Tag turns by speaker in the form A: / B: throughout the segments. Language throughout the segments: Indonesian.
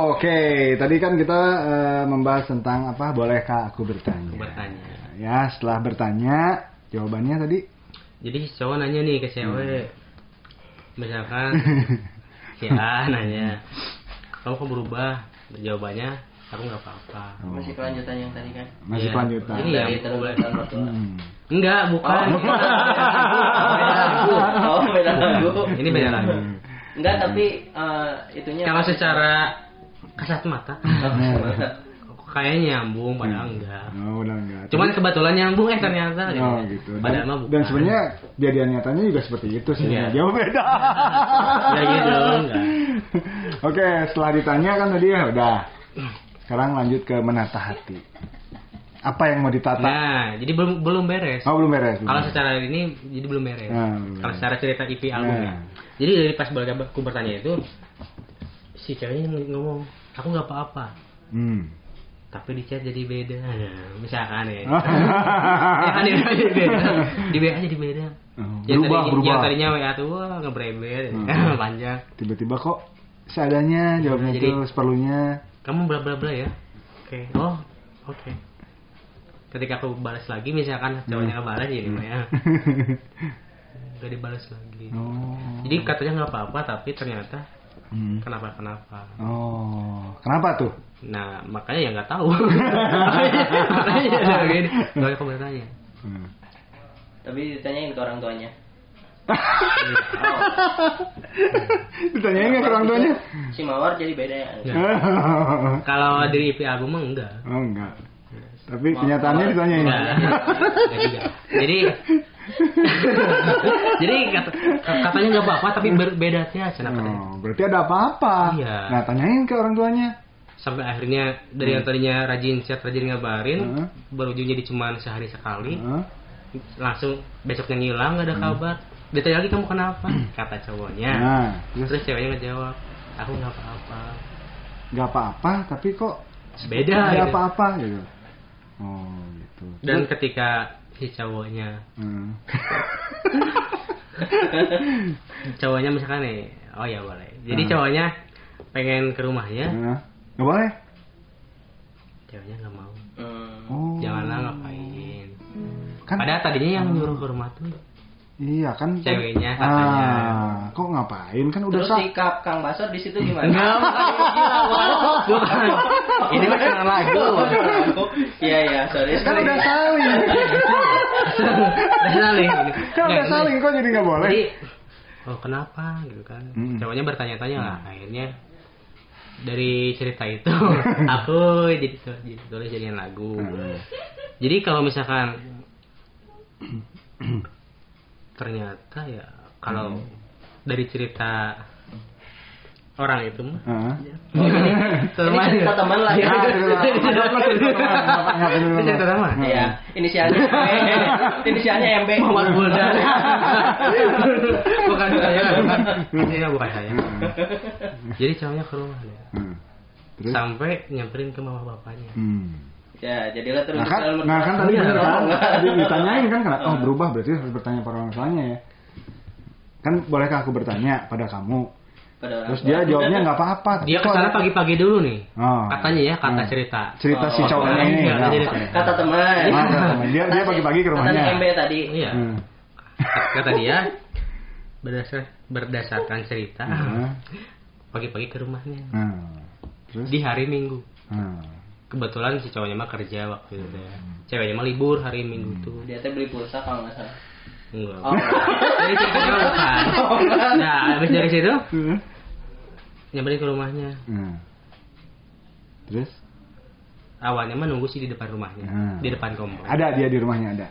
A: Oke, tadi kan kita eh, membahas tentang apa? Bolehkah aku bertanya?
B: Aku bertanya.
A: Ya, setelah bertanya, jawabannya tadi
B: Jadi si cowok nanya nih ke cewek,
A: Hmm.
B: misalkan si A nanya, kamu kok berubah? Jawabannya, aku nggak apa-apa.
C: Masih kelanjutan yang tadi kan?
A: masih
B: Iya.
A: kelanjutan.
B: Iya.
C: Dari terlalu mertua.
A: Hmm.
B: Enggak, bukan.
C: Oh, beda lagu. Oh, beda lagu.
B: Ini beda lagi.
C: Enggak, tapi eh, itunya
B: Kalau secara kasat mata, kok kayaknya nyambung padahal enggak.
A: Oh, udah enggak.
B: Cuman kebetulan nyambung eh ternyata.
A: Oh gitu.
B: Padahal
A: Dan,
B: mah bukan.
A: dan sebenarnya kejadian nyatanya juga seperti itu sih.
B: Iya.
A: Jauh beda.
B: ya gitu enggak.
A: Oke, setelah ditanya kan tadi ya udah. Sekarang lanjut ke menata hati. Apa yang mau ditata?
B: Nah, jadi belum belum beres.
A: Oh belum beres. belum
B: Kalau
A: beres.
B: secara ini jadi belum beres.
A: Ah, belum
B: Kalau
A: beres.
B: secara cerita EP albumnya.
A: Nah.
B: Jadi dari pas balik aku bertanya itu si ceweknya ng- ngomong, "Aku nggak apa-apa."
A: Hmm.
B: Tapi di chat jadi beda. Nah, misalkan ya. ya kan di di beda. Di WA jadi beda.
A: Oh,
B: Yang
A: berubah,
B: tadi-
A: berubah.
B: Yang tadinya WA tuh wah ngebrebet
A: Hmm.
B: panjang.
A: Tiba-tiba kok seadanya jawabnya
B: Jadi-
A: itu seperlunya.
B: Kamu bla bla bla ya. Oke. Oh, oke. Ketika aku balas lagi misalkan
A: Hmm.
B: cowoknya nggak balas jadi ya. Gak dibalas lagi.
A: oh.
B: Jadi katanya nggak apa-apa tapi ternyata
A: Hmm.
B: kenapa kenapa.
A: Oh, kenapa tuh?
B: Nah makanya ya nggak tahu. makanya ya gini. Gak aku bertanya.
A: Hmm.
C: tapi ditanyain ke orang tuanya.
A: Ditanyain nggak ke orang tuanya?
C: Si Mawar jadi beda ya.
B: Ya. Kalau dari IP album mah enggak.
A: oh enggak. Tapi kenyataannya ditanyain.
B: Enggak. Enggak juga. Jadi jadi kata- katanya nggak apa-apa tapi berbeda ya cina katanya.
A: Oh, berarti ada apa-apa.
B: Iya.
A: Nah, tanyain ke orang tuanya.
B: sampai akhirnya dari yang tadinya rajin chat rajin ngabarin
A: Hmm.
B: berujung jadi cuman sehari sekali
A: Heeh.
B: langsung besoknya ngilang nggak ada kabar ditanya lagi kamu kenapa kata cowoknya
A: Hmm. Nah,
B: terus ceweknya ngejawab aku nggak apa-apa
A: nggak apa-apa, tapi kok
B: Beda,
A: nggak
B: gitu.
A: apa-apa gitu. Oh, gitu.
B: dan ketika si cowoknya
A: Hmm.
B: cowoknya misalkan nih oh ya boleh jadi cowoknya pengen ke rumahnya
A: Nah, nggak boleh.
B: ceweknya nggak mau
C: Hmm.
A: Oh,
B: janganlah ngapain
A: kan?
B: padahal tadinya yang nyuruh ke rumah tuh
A: Iya kan?
B: Ceweknya katanya.
A: Ah, kok ngapain? Kan udah
C: Terus
A: sah.
C: si Kak- Kang Basor di situ
B: Enggak,
C: gimana?
B: bukan. Ini mah karena lagu.
C: Iya iya, sorry.
A: Kan
C: sorry.
A: udah saling.
B: Udah saling.
A: kan udah
B: Nggak,
A: saling kok jadi nggak boleh.
B: Jadi, oh kenapa gitu kan?
A: Mm.
B: Cowoknya bertanya-tanya lah. Akhirnya dari cerita itu aku jadi tu- jadi tulis jadiin lagu.
A: Hmm.
B: Jadi kalau misalkan ternyata ya kalau
A: Hmm.
B: dari cerita orang itu mah
A: Heeh.
C: Ini cerita teman lah ya.
A: Ah, gitu lah. Nggak perlu cerita teman, nggak perlu
B: Ini cerita teman.
C: Iya, inisialnya inisialnya MB.
B: Muhammad Buldan. bukan saya, bukan. Iya, bukan saya. Jadi cowoknya ke rumah dia.
A: Hmm. Terus?
B: Sampai nyamperin ke mama bapaknya.
A: Hmm.
C: Ya, jadilah terus Iya.
A: Nah kan,
C: selalu
A: nah kan tadi
B: Iya.
A: bener
C: berkembang.
A: kan?
C: Enggak.
A: Tadi ditanyain kan kenapa? Oh berubah berarti harus bertanya pada orang tuanya ya. Kan bolehkah aku bertanya pada kamu?
C: Pada orang
A: Terus
C: tua.
A: dia jawabnya nggak apa-apa. tapi
B: Dia
A: kok
B: kesana
A: ada-
B: pagi-pagi dulu nih.
A: Oh.
B: Katanya ya, kata
A: Hmm.
B: cerita.
A: Cerita si
C: Oh,
A: cowoknya ini.
B: iya,
A: Nah,
B: jadi-
A: oke.
C: kata teman.
A: Ah, kata teman. Dia dia
C: Kata-
A: pagi-pagi ke rumahnya.
C: Kata MB tadi.
B: Iya.
A: Hmm.
B: Kata dia berdasar berdasarkan cerita
A: Hmm.
B: pagi-pagi ke rumahnya
A: Hmm. Terus?
B: di hari Minggu.
A: Hmm.
B: Kebetulan si cowoknya mah kerja waktu itu ya. Ceweknya mah libur hari
A: Hmm.
B: Minggu tuh.
C: Dia teh beli pulsa kalau nggak salah.
B: Enggak.
C: Oh.
B: Jadi ceritanya bukan.
A: Oh.
B: Nah, habis dari situ
A: Hmm.
B: nyamperin ke rumahnya.
A: Hmm. Terus?
B: Awalnya mah nunggu sih di depan rumahnya,
A: Hmm.
B: di depan komplek.
A: Ada dia di rumahnya ada.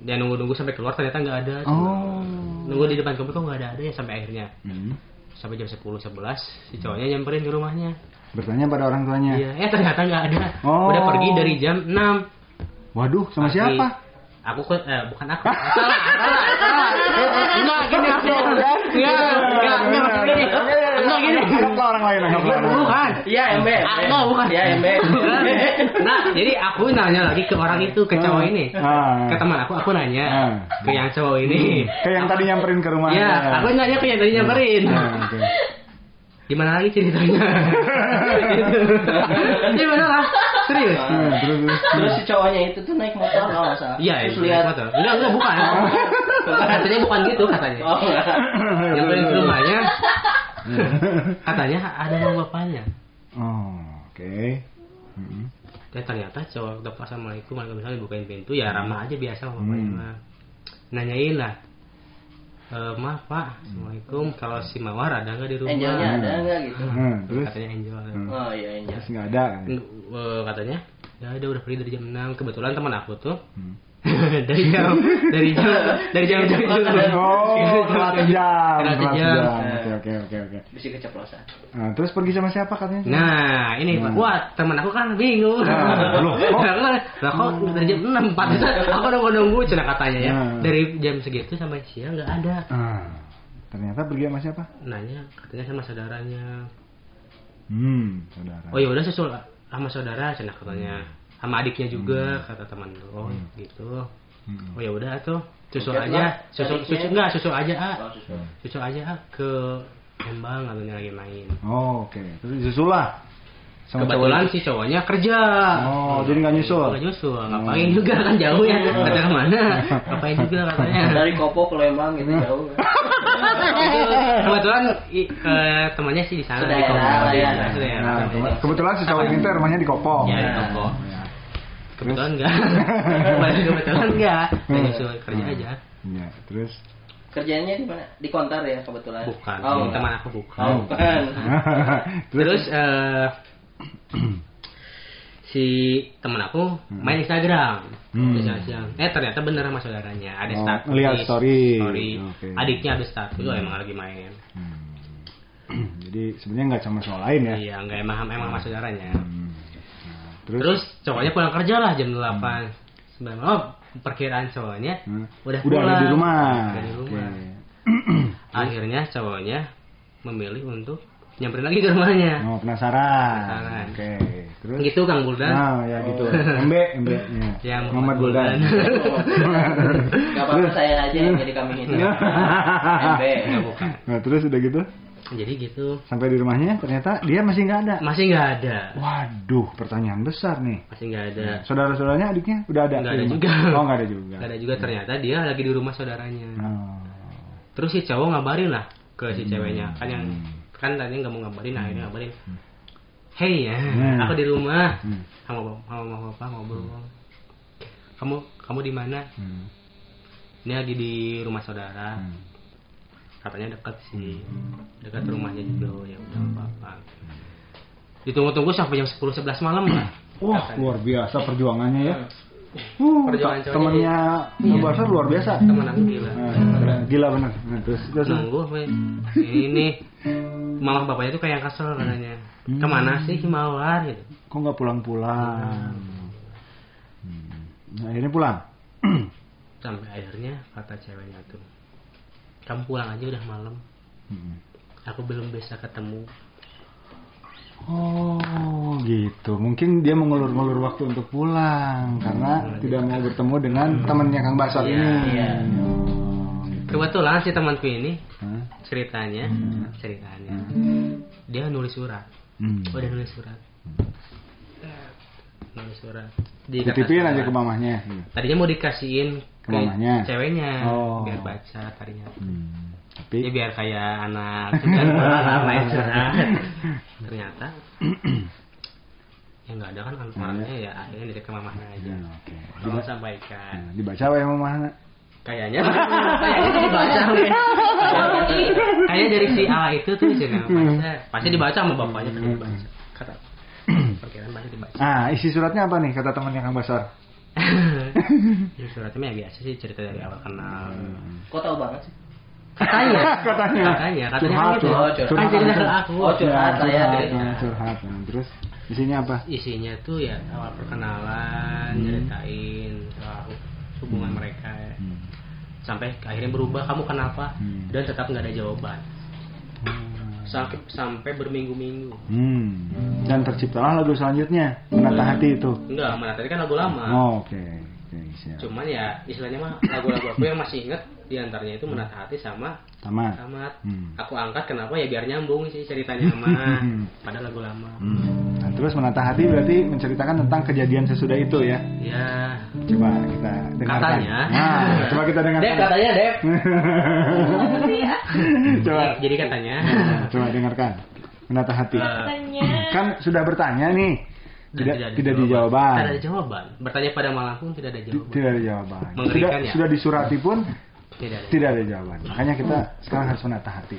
B: Dan nunggu-nunggu sampai keluar ternyata nggak ada.
A: Oh.
B: Nunggu di depan komplek kok nggak ada ada ya sampai akhirnya
A: Hmm.
B: sampai jam 10 11 si cowoknya nyamperin ke rumahnya.
A: Bertanya pada orang tuanya.
B: Hmm. Iya, eh ternyata nggak ada.
A: Oh.
B: Udah pergi dari jam 6.
A: Waduh, sama
B: Pagi.
A: siapa?
B: Aku ke, eh, bukan aku. Salah, salah, salah. Enggak gini maksudnya. Enggak, enggak, enggak maksudnya gini. Enggak gini.
A: Anggaplah orang lain, anggaplah orang lain.
B: Bukan.
C: Iya, MB.
B: Ah, enggak, bukan.
C: Iya, MB.
B: Bukan. Nah, jadi aku nanya lagi ke orang itu, ke cowok ini.
A: Ah.
B: Ke teman aku, aku nanya
A: Ah.
B: ke yang cowok ini. Iya,
A: Kayak yang tadi nyamperin ke rumahnya.
B: Ya, aku nanya ke yang tadi nyamperin.
A: Ah, oke.
B: gimana lagi ceritanya gitu ini bener lah serius
C: Ah.
A: Hmm, terus, terus.
C: Terus si cowoknya itu tuh naik motor kalau nggak salah.
B: iya
C: Terus
B: itu
C: lihat.
B: naik motor enggak enggak bukan katanya bukan gitu katanya
C: Oh, nggak.
B: nyamperin ke rumahnya
A: Hmm.
B: katanya ada nama bapaknya
A: Oh, oke. Hmm.
B: dan Ya, ternyata cowok depan assalamualaikum waalaikumsalam dibukain pintu ya ramah aja biasa sama bapaknya
A: Hmm.
B: mah. nanyain lah e, maaf pak assalamualaikum kalau si mawar ada nggak di rumah
C: Angelnya ada nggak gitu?
A: Hmm, terus
B: katanya angel
C: Oh iya angel.
A: terus nggak ada kan?
B: N- e, katanya ya udah udah pergi dari jam 6 kebetulan teman aku tuh
A: Hmm.
B: dari jam dari jam dari jam tujuh
A: Oh, telat jam,
B: Telat
A: telat
B: jam.
A: jam. Oke, oke, oke, oke.
C: Bisa keceplosan.
A: Nah, terus pergi sama siapa katanya?
B: Nah, ini Pak. Wah, teman aku kan bingung.
A: Hmm. Nah, loh, kok? Hmm.
B: Nah, kan, Lah kok dari jam 6, pantesan aku nunggu nunggu cina katanya ya.
A: Nah.
B: Dari jam segitu sampai siang nggak ada.
A: Ah, ternyata pergi sama siapa?
B: Nanya katanya sama saudaranya.
A: Hmm, saudara.
B: Oh ya udah susul sama saudara cina katanya. Sama adiknya juga kata teman tuh. Oh, gitu.
A: Hmm.
B: Oh ya udah tuh. Susul
C: Oke,
B: aja,
C: lah.
B: susul
C: Adiknya.
B: susul enggak susul aja, ah.
C: Kalau susu.
B: Susul aja ah, ke Embang katanya lagi main.
A: Oh, oke. Terus disusul lah. Sama
B: Kebetulan
A: cowok.
B: si cowoknya kerja.
A: Oh, jadi nggak nyusul? Oh.
B: Nggak nyusul, ngapain juga kan jauh ya. Kata mana? Ngapain juga katanya.
C: Dari Kopo ke Lembang gitu
A: Hmm.
C: jauh.
B: Kebetulan i, eh, temannya sih di sana di
C: Saudara
B: Kopo.
C: lah ya.
B: Iya, saudara.
A: Nah, kebe- kebetulan si cowok ini tuh rumahnya di Kopo.
B: Iya, di
A: Nah,
B: Kopo.
A: ya.
B: Kebetulan enggak. Kebetulan- Kebetulan enggak. Nggak nyusul kerja
A: Hmm.
B: aja.
A: Iya, terus.
C: Kerjanya di mana? Di kontar ya kebetulan.
B: Bukan,
C: Oh,
B: Ini teman
C: bukan.
B: aku bukan.
C: Oh, bukan.
B: Terus eh, si teman aku main Instagram
A: Hmm.
B: siang-siang. Eh ternyata bener sama saudaranya. Ada
A: Oh,
B: status.
A: ngeliat story. Oke.
B: Adiknya ada status. Oh emang lagi main.
A: Hmm. Jadi sebenarnya nggak sama soal lain ya.
B: Iya nggak emang emang sama saudaranya.
A: Hmm. Nah, terus,
B: Terus cowoknya pulang kerja lah jam 8 sembilan malam. Perkiraan cowoknya
A: Hmm.
B: udah
A: udah
B: pulang.
A: ada di rumah.
B: Udah di rumah.
A: Oke. Hmm.
B: Akhirnya cowoknya memilih untuk nyamperin lagi ke rumahnya.
A: Oh, penasaran.
B: Penasaran.
A: Oke. Terus
B: Gitu Kang Buldan.
A: Nah, ya gitu. MB, MB. Ya.
B: Ya, Muhammad
A: Muhammad Guldan.
C: Gak apa-apa saya aja yang jadi kambing hitam. MB.
B: Nggak bukan.
A: Nah, terus udah gitu
B: Jadi gitu.
A: sampai di rumahnya ternyata dia masih nggak ada.
B: Masih nggak ada.
A: Waduh, pertanyaan besar nih.
B: Masih nggak ada.
A: Saudara-saudaranya adiknya udah ada. di
B: Nggak ada
A: rumah?
B: juga.
A: Oh, nggak ada juga.
B: Nggak ada juga ternyata dia lagi di rumah saudaranya.
A: Oh.
B: Terus si cowok ngabarin lah ke
A: Hmm.
B: si ceweknya. Kan yang kan tadi nggak mau ngabarin, akhirnya ngabarin. Hei ya,
A: Hmm.
B: aku di rumah.
A: Hmm.
B: Sama bap- sama mama bapak ngobrol. Kamu kamu di mana?
A: Hmm.
B: Ini lagi di rumah saudara.
A: Hmm.
B: Katanya dekat sih. Dekat rumahnya juga ya udah nggak apa-apa.
A: Hmm.
B: Ditunggu-tunggu sampai jam 10 11 malam lah.
A: Wah, luar biasa perjuangannya ya. Uh,
B: Hmm, Perjuangan
A: te-
B: cowoknya
A: temennya Bang Barsar luar biasa.
B: Temen aku gila. Hmm.
A: Nah, gila benar. Nah, terus terus.
B: nunggu weh. ini malah bapaknya tuh kayak kesel katanya
A: Hmm.
B: kemana sih si mawar gitu
A: Kok nggak pulang-pulang? Hmm. Nah, akhirnya pulang.
B: sampai akhirnya kata ceweknya tuh kamu pulang aja udah malam
A: Hmm.
B: aku belum bisa ketemu
A: Oh gitu, mungkin dia mengulur-ulur waktu untuk pulang karena tidak mau bertemu dengan temannya Kang Basar
B: Hmm. Iya,
A: ini.
B: iya.
A: Oh, gitu.
B: kebetulan si temanku ini
A: Hah?
B: ceritanya ceritanya dia nulis surat
A: Hmm.
B: udah nulis surat nulis surat di kertas
A: Dititipin aja
B: surat.
A: ke mamahnya.
B: tadinya mau dikasihin
A: Ke mamanya.
B: ceweknya
A: Oh.
B: biar baca tadinya
A: Hmm.
B: Ya
A: Tapi
B: biar kayak anak juga lah, main curhat. Ternyata ya nggak ada kan orangnya ya akhirnya dari ke mamahnya aja.
A: Ya, oke.
B: Tolong sampaikan.
A: Nah, dibaca oleh mamahnya.
B: Kayaknya kayaknya dibaca. weh. Kayaknya dari si A itu tuh
A: Hmm.
B: jeneng pasti, pasti dibaca sama bapaknya kan dibaca. Kata perkiraan pasti dibaca.
A: Ah, isi suratnya apa nih kata temannya Kang Basar?
B: Ya, suratnya ya biasa sih cerita dari awal kenal.
C: Kok tahu banget sih?
B: Katanya,
A: Hmm. Katanya.
B: katanya, katanya
A: Curhat,
B: kan gitu.
A: curhat,
B: Kan
A: curhat.
B: cerita ke aku.
C: Oh, curhat lah ya.
A: Curhat, nah, curhat. Nah, terus isinya apa?
B: isinya tuh ya awal perkenalan nyeritain soal hubungan mereka
A: Hmm.
B: sampai akhirnya berubah kamu kenapa
A: Hmm.
B: dan tetap nggak ada jawaban sampai sampai berminggu-minggu
A: Hmm. Dan terciptalah lagu selanjutnya, Menata Hati itu.
B: enggak
C: Hmm.
B: mana tadi kan lagu lama
A: Oh, oke. Oke, siap.
B: cuman ya istilahnya mah lagu-lagu aku yang masih inget diantaranya itu menata hati sama
A: Tamat.
B: tamat.
A: Hmm.
B: Aku angkat kenapa ya biar nyambung sih ceritanya sama pada lagu lama.
A: Hmm. Nah, terus menata hati berarti menceritakan tentang kejadian sesudah itu ya.
B: Ya,
A: Coba kita dengarkan.
B: Katanya.
A: Nah, coba kita dengarkan.
C: Dep katanya Dep.
A: coba. Hmm.
B: jadi, jadi katanya
A: Coba dengarkan. Menata hati.
B: Nah.
D: Katanya.
A: Kan sudah bertanya nih. Tidak
B: ada
A: tidak
B: jawaban.
A: dijawaban.
B: Tidak ada jawaban. Bertanya pada malam pun tidak ada jawaban.
A: Tidak ada jawaban. Sudah,
B: Mengerikan ya?
A: sudah disurati pun
B: Tidak ada.
A: tidak ada jawaban. Makanya kita sekarang harus menata hati.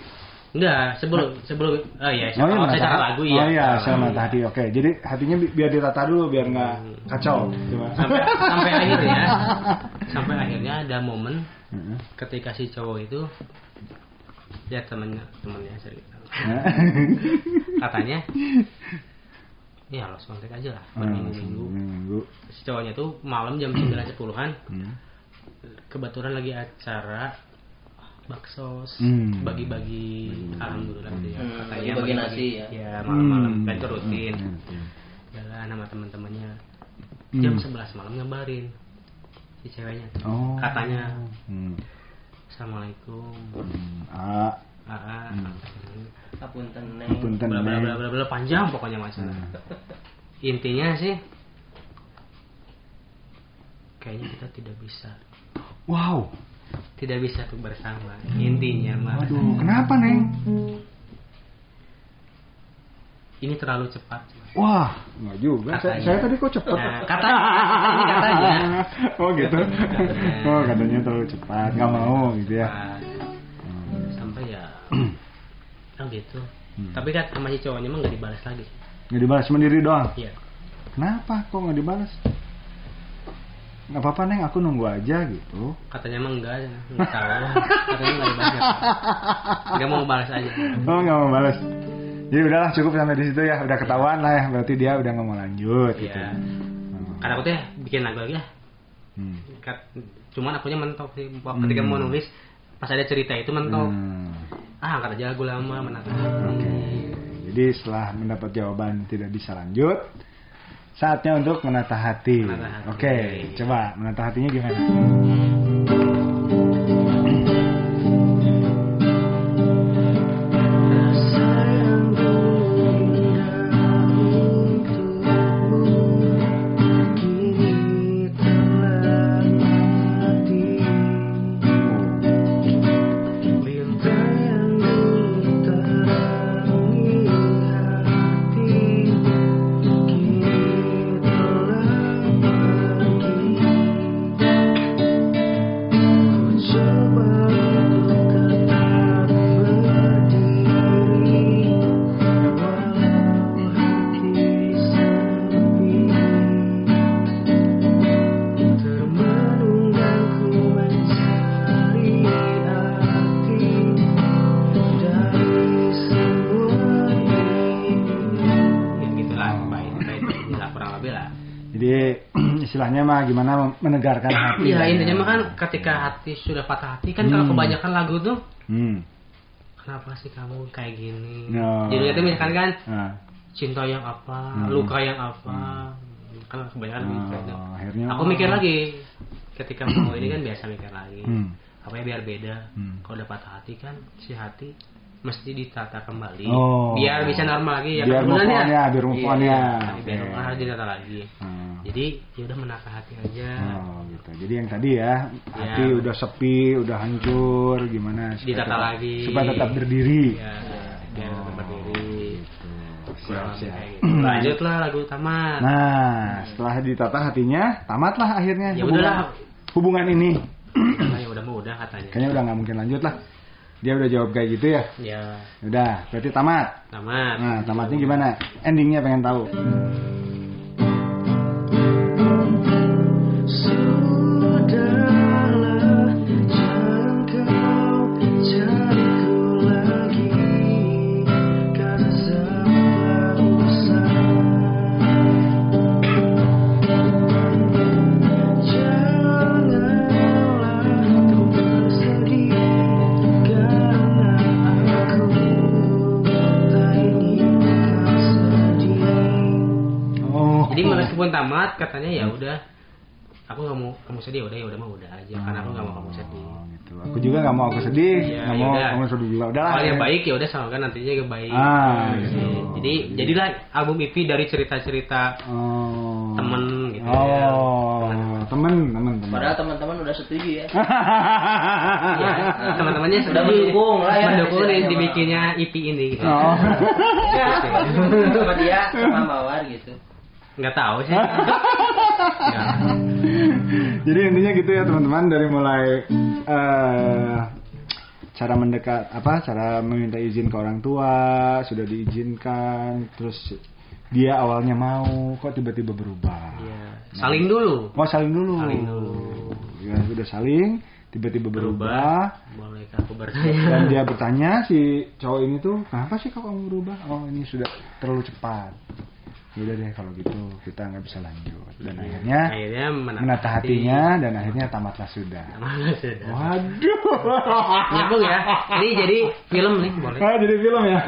B: Enggak, sebelum sebelum oh iya,
A: Oh iya,
B: secara,
A: menata
B: secara
A: hati.
B: lagu ya.
A: Oh iya, secara menata hati. Oke, jadi hatinya bi- biar ditata dulu biar nggak kacau. Coba.
B: Sampai sampai akhirnya sampai akhirnya ada momen ketika si cowok itu ya temennya temennya cerita katanya ya los kontak aja lah
A: Hmm.
B: berminggu-minggu
A: Minggu.
B: si cowoknya tuh malam jam 9.10an kebetulan lagi acara bakso
A: Hmm.
B: bagi-bagi alhamdulillah gitu ya
C: Hmm,
B: katanya
C: bagi-bagi nasi ya.
B: ya malam-malam
A: Hmm.
B: dan itu rutin
A: Hmm.
B: jalan sama teman-temannya
A: Hmm.
B: jam 11 malam ngabarin si ceweknya tuh.
A: Oh.
B: katanya
A: Hmm.
B: assalamualaikum
A: Hmm. Ah,
B: aa
C: Apunten Neng.
A: punten
B: bla bla
A: Neng.
B: bla bla bla panjang pokoknya masalah
A: Hmm.
B: intinya sih kayaknya kita tidak bisa
A: Wow.
B: tidak bisa tuh bersama intinya mah
A: Waduh, kenapa, Neng?
B: ini terlalu cepat
A: Wah, nggak juga. Saya,
B: Katanya.
A: saya tadi kok cepet.
B: nah, katanya ini katanya
A: oh gitu.
B: Katanya. Iya.
A: Oh katanya terlalu cepat, nggak mau gitu ya.
B: Nah, sampai ya oh gitu
A: Hmm.
B: tapi kan sama si cowoknya mah nggak dibalas lagi
A: Nggak dibalas sendiri doang.
B: iya
A: Kenapa kok nggak dibalas? Nggak apa-apa neng, aku nunggu aja gitu.
B: katanya mah enggak enggak tahu katanya nggak dibalas nggak mau balas aja
A: Oh nggak mau balas. Jadi udahlah cukup sampai di situ ya. Udah ketahuan lah ya. Berarti dia udah nggak mau lanjut gitu.
B: iya
A: Hmm.
B: karena aku tuh ya bikin lagu lagi lah
A: Hmm.
B: Kat- cuman akunya mentok sih waktu ketika mau nulis pas ada cerita itu mentok
A: Hmm.
B: ah angkat aja lagu lama menang
A: Oke. Jadi setelah mendapat jawaban tidak bisa lanjut, saatnya untuk menata hati.
B: Menata hati.
A: Oke, coba menata hatinya gimana?
B: ya gitu lah baik baik lah kurang lebih lah
A: Jadi istilahnya mah gimana menegarkan hati.
B: ya intinya mah kan ketika hati sudah patah hati kan kalau
A: Hmm.
B: kebanyakan lagu tuh
A: Hmm.
B: kenapa sih kamu kayak gini
A: No.
B: judulnya tuh misalkan kan
A: Nah,
B: cinta yang
A: Hmm.
B: apa luka yang apa kan kebanyakan
A: Oh,
B: gitu itu.
A: akhirnya-
B: aku mikir lagi ketika mau ini kan biasa mikir lagi
A: Hmm.
B: apa ya biar beda
A: Hmm.
B: kalau udah patah hati kan si hati mesti ditata kembali
A: Oh.
B: biar bisa normal lagi ya
A: Biar
B: kan
A: move
B: sebenarnya.
A: on ya, biar move on
B: Iya,
A: ya.
B: tapi biar
A: Oke.
B: normal harus ditata lagi
A: Hmm.
B: jadi ya udah menata hati aja
A: Oh, gitu. Jadi yang tadi ya, hati
B: Ya.
A: udah sepi, udah hancur, gimana? supaya
B: Ditata
A: tetap-
B: lagi.
A: Supaya tetap berdiri.
B: ya biar
A: Oh,
B: tetap berdiri
A: gitu. Siap,
B: kurang lebih
A: siap.
B: kayak gitu. lanjutlah lagu utama
A: Nah, setelah ditata hatinya, tamatlah akhirnya
B: Ya
A: hubungan,
B: udahlah.
A: hubungan ini.
B: Karena ya udah mau udah katanya
A: Kayaknya udah nggak mungkin lanjut lah. Dia udah jawab kayak gitu ya.
B: ya
A: Udah, berarti tamat.
B: tamat
A: Nah, tamatnya gimana? Endingnya pengen tahu. Oh. Iya.
B: jadi meskipun tamat katanya ya udah aku nggak mau kamu sedih udah ya udah mah udah aja karena aku nggak mau kamu sedih
A: Oh, gitu. Aku juga nggak mau aku sedih,
B: Iya,
A: nggak mau
B: yaudah.
A: kamu sedih juga. Udahlah.
B: Kalau yang baik ya udah sama kan nantinya yang baik
A: Ah,
B: Gitu.
A: gitu.
B: jadi jadilah album EP dari cerita-cerita
A: Oh.
B: temen gitu ya.
A: Oh, temen, temen, temen.
C: Padahal teman-teman udah setuju ya.
A: Ah.
B: Ya, teman-temannya
C: Udah
B: sudah
C: mendukung lah ya.
B: mendukung nih
C: Istilahnya,
B: dibikinnya EP ini gitu.
A: Oh.
C: sama dia sama Mawar gitu.
B: nggak tahu sih Iya. Nggak.
A: Jadi intinya gitu ya teman-teman dari mulai eh, cara mendekat apa cara meminta izin ke orang tua sudah diizinkan terus dia awalnya mau kok tiba-tiba berubah. Nah,
B: Iya. saling dulu
A: Oh saling dulu.
B: Saling dulu.
A: Ya sudah saling tiba-tiba berubah.
B: bolehkah aku bertanya
A: dan dia bertanya si cowok ini tuh kenapa sih kok kamu berubah oh ini sudah terlalu cepat yaudah deh kalau gitu kita nggak bisa lanjut dan akhirnya
B: Iya. akhirnya menata,
A: menata hatinya dan akhirnya tamatlah sudah
B: Mana sudah.
A: waduh
B: nyambung ya ini jadi film nih boleh
A: Ah, jadi film ya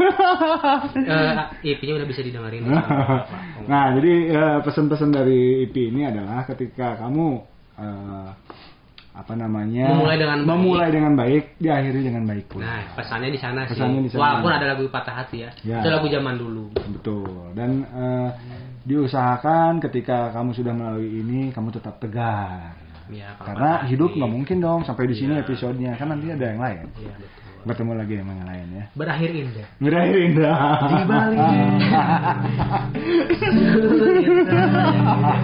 B: Eh, EP-nya udah bisa didengerin
A: nah jadi eh, pesan-pesan dari IP ini adalah ketika kamu eh, apa namanya
B: Memulai dengan baik.
A: memulai dengan baik diakhiri dengan baik pula
B: Nah, pesannya di sana sih.
A: Pesannya di sana.
B: Walaupun ada lagu patah hati ya.
A: Ya.
B: Itu lagu zaman dulu.
A: Betul. Dan eh, diusahakan ketika kamu sudah melalui ini, kamu tetap tegar.
B: Ya, kalau patah
A: Karena
B: hati.
A: hidup nggak mungkin dong sampai di sini episodenya. Kan nanti ada yang lain.
B: Iya, betul.
A: Bertemu lagi sama yang lain ya.
B: Berakhir indah.
A: Berakhir indah.
B: Di Bali.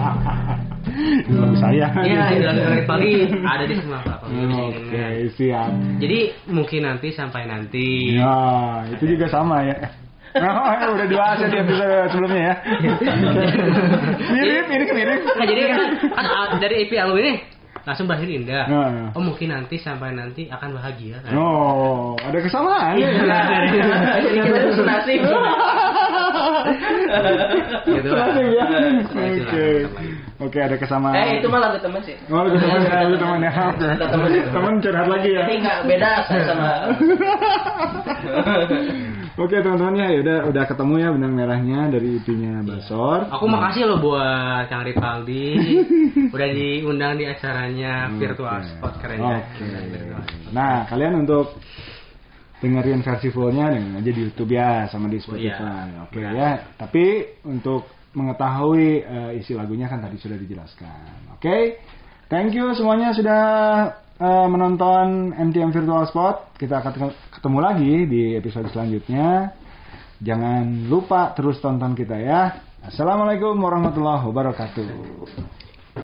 A: Ini lagu saya.
B: Iya, itu lagu terakhir pagi ada di semua platform. Jadi bisa
A: Hmm, Oke,
B: didengar.
A: siap.
B: Jadi mungkin nanti sampai nanti.
A: Ya, itu juga sama ya. Oh, ya, udah dibahas ya di episode sebelumnya ya. mirip, ini mirip.
B: Nah, jadi kan, kan al- dari EP album ini langsung berakhir indah.
A: Ya, ya.
B: Oh mungkin nanti sampai nanti akan bahagia. Kan?
A: Oh, ada kesamaan. ya.
C: Jadi kita tuh senasib.
B: Gitu lah.
A: Senasib ya.
B: Senasib lah.
A: Oke. Oke, ada kesamaan.
C: Eh itu mah lagu teman sih.
A: Oh, ada kesamaan ya, ada teman ya. Oke.
C: Teman.
A: Teman curhat lagi ya.
C: Tapi nggak beda sama.
A: Oke, teman-teman ya, udah udah ketemu ya benang merahnya dari IP-nya Basor.
B: Iya.
A: Nah.
B: Aku makasih loh buat Kang Rivaldi udah diundang di acaranya Iya, virtual
A: Hmm, Oke.
B: spot keren
A: Oke.
B: ya. Virtual Spot.
A: Nah, kalian untuk dengerin versi fullnya dengerin aja di YouTube ya sama di Spotify.
B: Iya.
A: Oke ya. Tapi untuk mengetahui eh, isi lagunya kan tadi sudah dijelaskan. Oke. Thank you semuanya sudah eh, menonton MTM Virtual Spot. Kita akan ketemu lagi di episode selanjutnya. Jangan lupa terus tonton kita ya. Assalamualaikum warahmatullahi wabarakatuh.